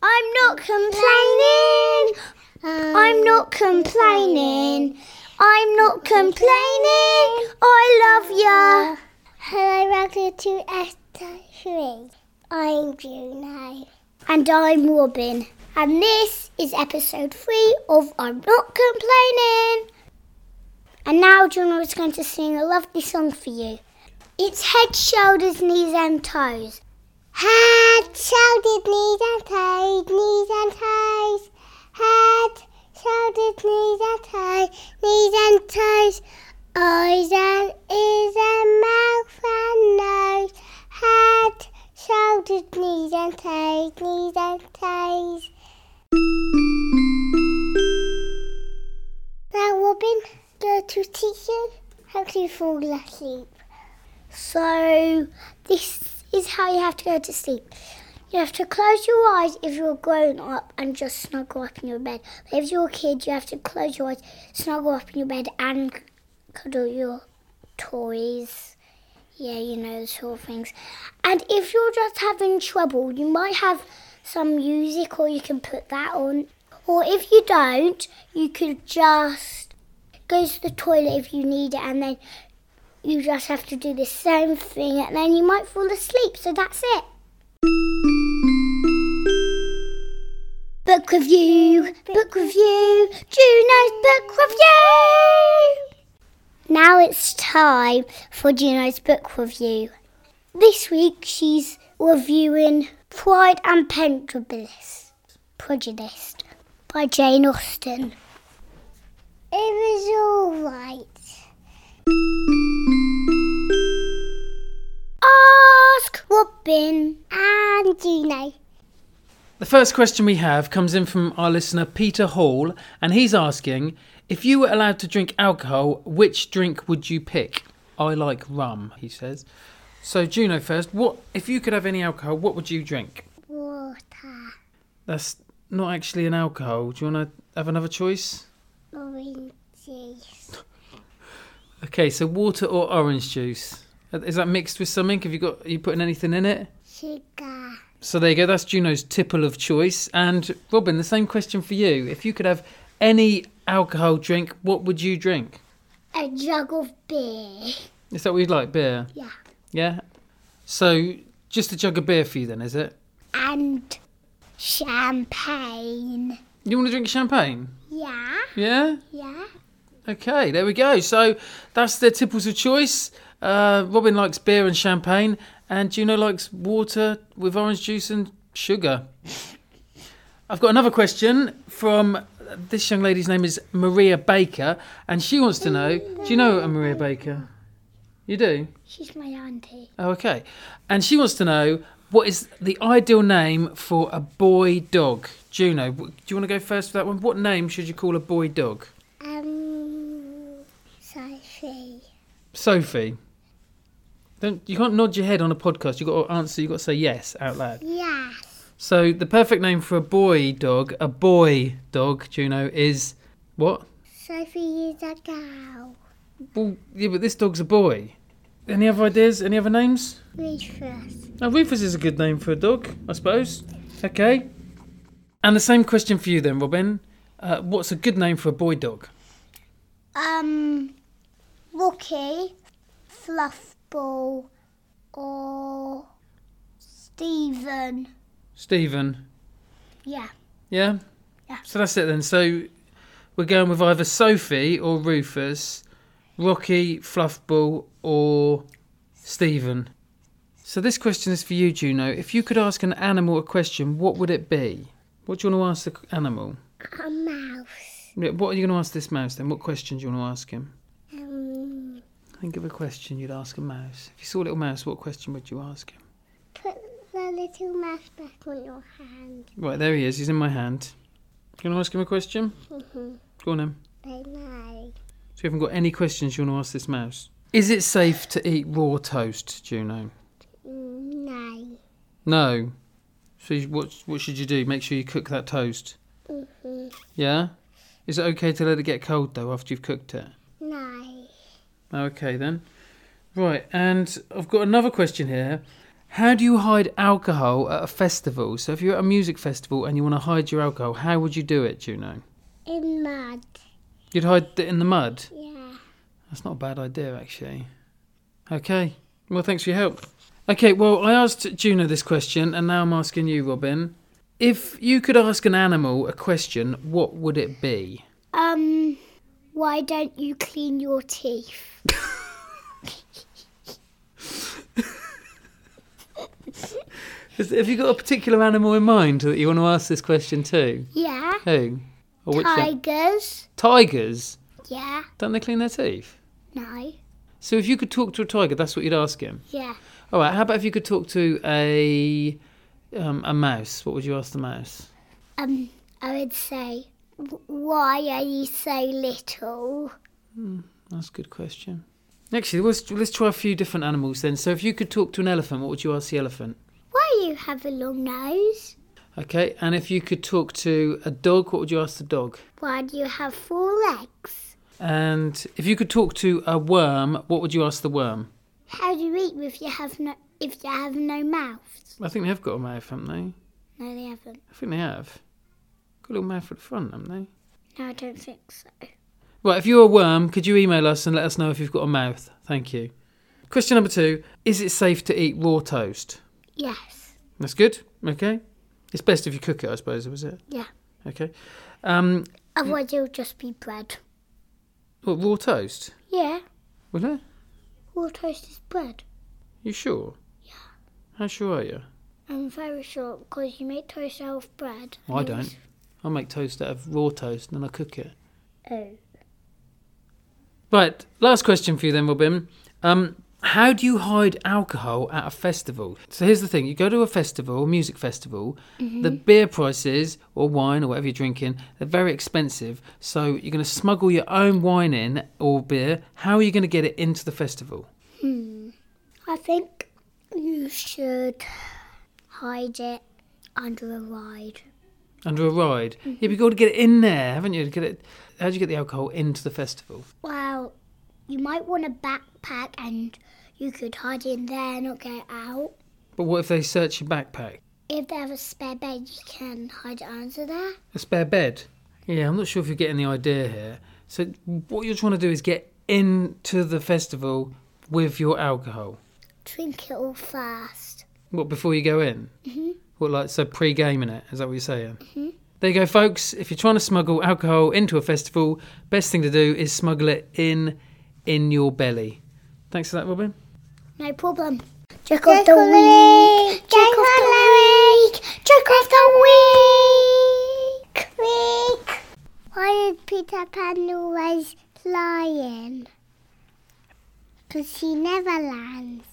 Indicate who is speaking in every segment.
Speaker 1: not complaining. I'm not complaining. I'm not complaining. I love ya.
Speaker 2: Hello, Ragged 2S3. I'm Juno.
Speaker 1: And I'm Robin. And this is episode three of I'm Not Complaining. And now Juno is going to sing a lovely song for you. It's head, shoulders, knees, and toes.
Speaker 2: Head, shoulders, knees and toes, knees and toes. Head, shoulders, knees and toes, knees and toes. Eyes and ears and mouth and nose. Head, shoulders, knees and toes, knees and toes. Now, Robin, go to teacher how to fall asleep.
Speaker 1: So, this is how you have to go to sleep. You have to close your eyes if you're grown up and just snuggle up in your bed. But if you're a kid, you have to close your eyes, snuggle up in your bed, and cuddle your toys. Yeah, you know, those sort of things. And if you're just having trouble, you might have some music or you can put that on. Or if you don't, you could just go to the toilet if you need it and then you just have to do the same thing and then you might fall asleep. So that's it. Book review, book review, Juno's book review! Now it's time for Juno's book review. This week she's reviewing Pride and Prejudice, Prejudice by Jane Austen.
Speaker 2: It was alright.
Speaker 1: Ask Robin.
Speaker 2: And Juno.
Speaker 3: The first question we have comes in from our listener Peter Hall, and he's asking if you were allowed to drink alcohol, which drink would you pick? I like rum, he says. So Juno first, what if you could have any alcohol, what would you drink?
Speaker 2: Water.
Speaker 3: That's not actually an alcohol. Do you want to have another choice?
Speaker 2: Orange juice.
Speaker 3: Okay, so water or orange juice. Is that mixed with something? Have you got are you putting anything in it?
Speaker 2: Sugar.
Speaker 3: So there you go. That's Juno's tipple of choice. And Robin, the same question for you. If you could have any alcohol drink, what would you drink?
Speaker 1: A jug of beer.
Speaker 3: Is that what you'd like? Beer.
Speaker 1: Yeah.
Speaker 3: Yeah. So just a jug of beer for you then, is it?
Speaker 1: And champagne.
Speaker 3: You want to drink champagne?
Speaker 1: Yeah,
Speaker 3: Yeah.
Speaker 1: yeah.
Speaker 3: Okay. There we go. So that's their tipples of choice. Uh, Robin likes beer and champagne, and Juno likes water with orange juice and sugar. I've got another question from this young lady's name is Maria Baker, and she wants to know Do you know a Maria Baker? You do?
Speaker 1: She's my auntie.
Speaker 3: Oh, okay. And she wants to know what is the ideal name for a boy dog? Juno, w- do you want to go first for that one? What name should you call a boy dog?
Speaker 2: Um, Sophie.
Speaker 3: Sophie. Don't you can't nod your head on a podcast. You've got to answer. You've got to say yes out loud.
Speaker 2: Yes.
Speaker 3: So the perfect name for a boy dog, a boy dog, Juno is what?
Speaker 2: Sophie is a girl.
Speaker 3: Well, yeah, but this dog's a boy. Any other ideas? Any other names?
Speaker 2: Rufus.
Speaker 3: Now, Rufus is a good name for a dog, I suppose. Okay. And the same question for you then, Robin. Uh, what's a good name for a boy dog?
Speaker 1: Um,
Speaker 2: Rookie. Fluffball. Or
Speaker 1: Stephen.
Speaker 3: Stephen.
Speaker 1: Yeah.
Speaker 3: Yeah?
Speaker 1: Yeah.
Speaker 3: So that's it then. So we're going with either Sophie or Rufus, Rocky, Fluffball, or Stephen. So this question is for you, Juno. If you could ask an animal a question, what would it be? What do you want to ask the animal?
Speaker 2: a mouse.
Speaker 3: Yeah, What are you going to ask this mouse then? What question do you want to ask him?
Speaker 2: Um,
Speaker 3: Think of a question you'd ask a mouse. If you saw a little mouse, what question would you ask him?
Speaker 2: put the little mouse back on your hand.
Speaker 3: Right, there he is. He's in my hand. You want to ask him a question?
Speaker 1: Mm-hmm.
Speaker 2: Mhm.
Speaker 3: Go on then.
Speaker 2: They know.
Speaker 3: So you haven't got any questions you want to ask this mouse? Is it safe to eat raw toast, Juno?
Speaker 2: Mm, No.
Speaker 3: No. So you- what, what should you do? Make sure you cook that toast.
Speaker 2: hmm
Speaker 3: Yeah? Is it okay to let it get cold though after you've cooked it?
Speaker 2: No.
Speaker 3: Okay then. Right, and I've got another question here. How do you hide alcohol at a festival? So if you're at a music festival and you want to hide your alcohol, how would you do it, Juno?
Speaker 1: in mud.
Speaker 3: You'd hide it in the mud.
Speaker 1: Yeah.
Speaker 3: That's not a bad idea, actually. Okay. Well, thanks for your help. Okay, well, I asked Juno this question, and now I'm asking you, Robin. If you could ask an animal a question, what would it be?
Speaker 1: Um, why don't you clean your teeth?
Speaker 3: Is- Have you got a particular animal in mind that you want to ask this question to?
Speaker 1: Yeah.
Speaker 3: Who? Or which one?
Speaker 1: Tigers.
Speaker 3: Tigers?
Speaker 1: Yeah.
Speaker 3: Don't they clean their teeth?
Speaker 1: No.
Speaker 3: So if you could talk to a tiger, that's what you'd ask him.
Speaker 1: Yeah.
Speaker 3: All right. How about if you could talk to a um, a mouse? What would you ask the mouse?
Speaker 1: Um, I would say, "W- why are you so little?
Speaker 3: That's a good question. Actually, let's let's try a few different animals then. So if you could talk to an elephant, what would you ask the elephant?
Speaker 1: Why you have a long nose?
Speaker 3: Okay. And if you could talk to a dog, what would you ask the dog?
Speaker 1: Why do you have four legs?
Speaker 3: And if you could talk to a worm, what would you ask the worm?
Speaker 1: How do you eat if you have no if you have no mouth?
Speaker 3: I think they have got a mouth, haven't they?
Speaker 1: No, they haven't.
Speaker 3: I think they have. Got a little mouth at the front, haven't they?
Speaker 1: No, I don't think so.
Speaker 3: Right, if you're a worm, could you email us and let us know if you've got a mouth? Thank you. Question number two Is it safe to eat raw toast?
Speaker 1: Yes.
Speaker 3: That's good. Okay. It's best if you cook it, I suppose, was it?
Speaker 1: Yeah.
Speaker 3: Okay. Um,
Speaker 1: Otherwise, it'll just be bread.
Speaker 3: what, raw toast?
Speaker 1: Yeah.
Speaker 3: Will it?
Speaker 1: All toast is bread.
Speaker 3: You sure? Yeah. How sure are you?
Speaker 1: I'm very sure because you make toast out of bread.
Speaker 3: Well, I don't. I make toast out of raw toast and then I cook it.
Speaker 1: Oh.
Speaker 3: Right, last question for you then, Robin. Um, how do you hide alcohol at a festival? So here's the thing: you go to a festival, a music festival. The beer prices, or wine, or whatever you're drinking, they're very expensive. So you're going to smuggle your own wine in or beer. How are you going to get it into the festival?
Speaker 1: I think you should hide it under a ride.
Speaker 3: Under a ride? Yeah, but you've got to get it in there, haven't you? To Get it. How do you get the alcohol into the festival?
Speaker 1: Well, you might want a backpack and you could hide in there, not get out.
Speaker 3: But what if they search your backpack?
Speaker 1: If they have a spare bed, you can hide it under there.
Speaker 3: A spare bed. Yeah, I'm not sure if you're getting the idea here. So what you're trying to do is get into the festival with your alcohol.
Speaker 1: Drink it all first.
Speaker 3: What before you go in? Mm-hmm. What like so pre-gaming it? Is that what you're saying? Mm-hmm. There you go, folks. If you're trying to smuggle alcohol into a festival, best thing to do is smuggle it in in your belly. Thanks for that, Robin.
Speaker 1: No problem. Check off the week. Check off the week. Check off the week. Week.
Speaker 2: Why is Peter Pan always flying? Because he never lands.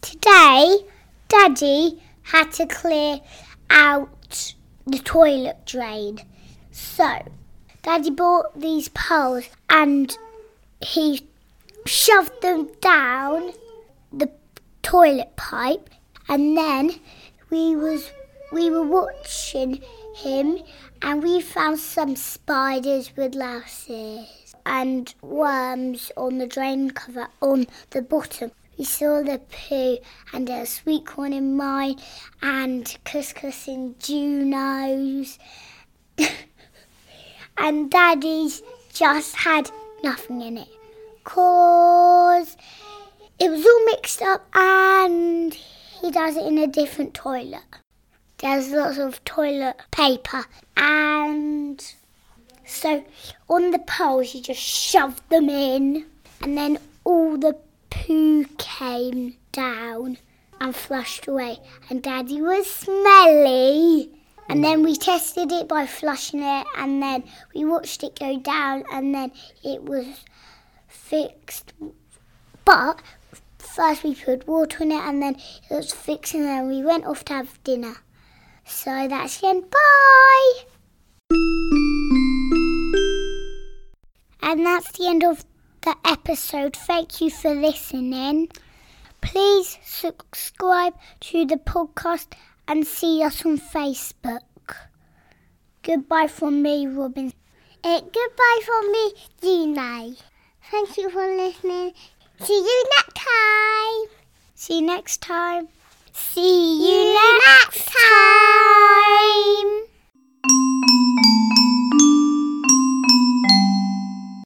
Speaker 1: Today, Daddy had to clear out the toilet drain. So, Daddy bought these poles and he shoved them down the toilet pipe and then we was we were watching him and we found some spiders with louses and worms on the drain cover on the bottom. We saw the poo and a sweet corn in mine and couscous in Juno's and Daddy's just had nothing in it. Cause it was all mixed up and he does it in a different toilet. There's lots of toilet paper and so on the poles he just shoved them in and then all the poo came down and flushed away and daddy was smelly and then we tested it by flushing it and then we watched it go down and then it was fixed but first we put water in it and then it was fixed and then we went off to have dinner. So that's the end. Bye! And that's the end of the episode. Thank you for listening. Please subscribe to the podcast and see us on Facebook. Goodbye from me, Robin.
Speaker 4: Uh, goodbye from me, Juno.
Speaker 1: Thank you for listening. See you next time.
Speaker 4: See you next time.
Speaker 1: See you next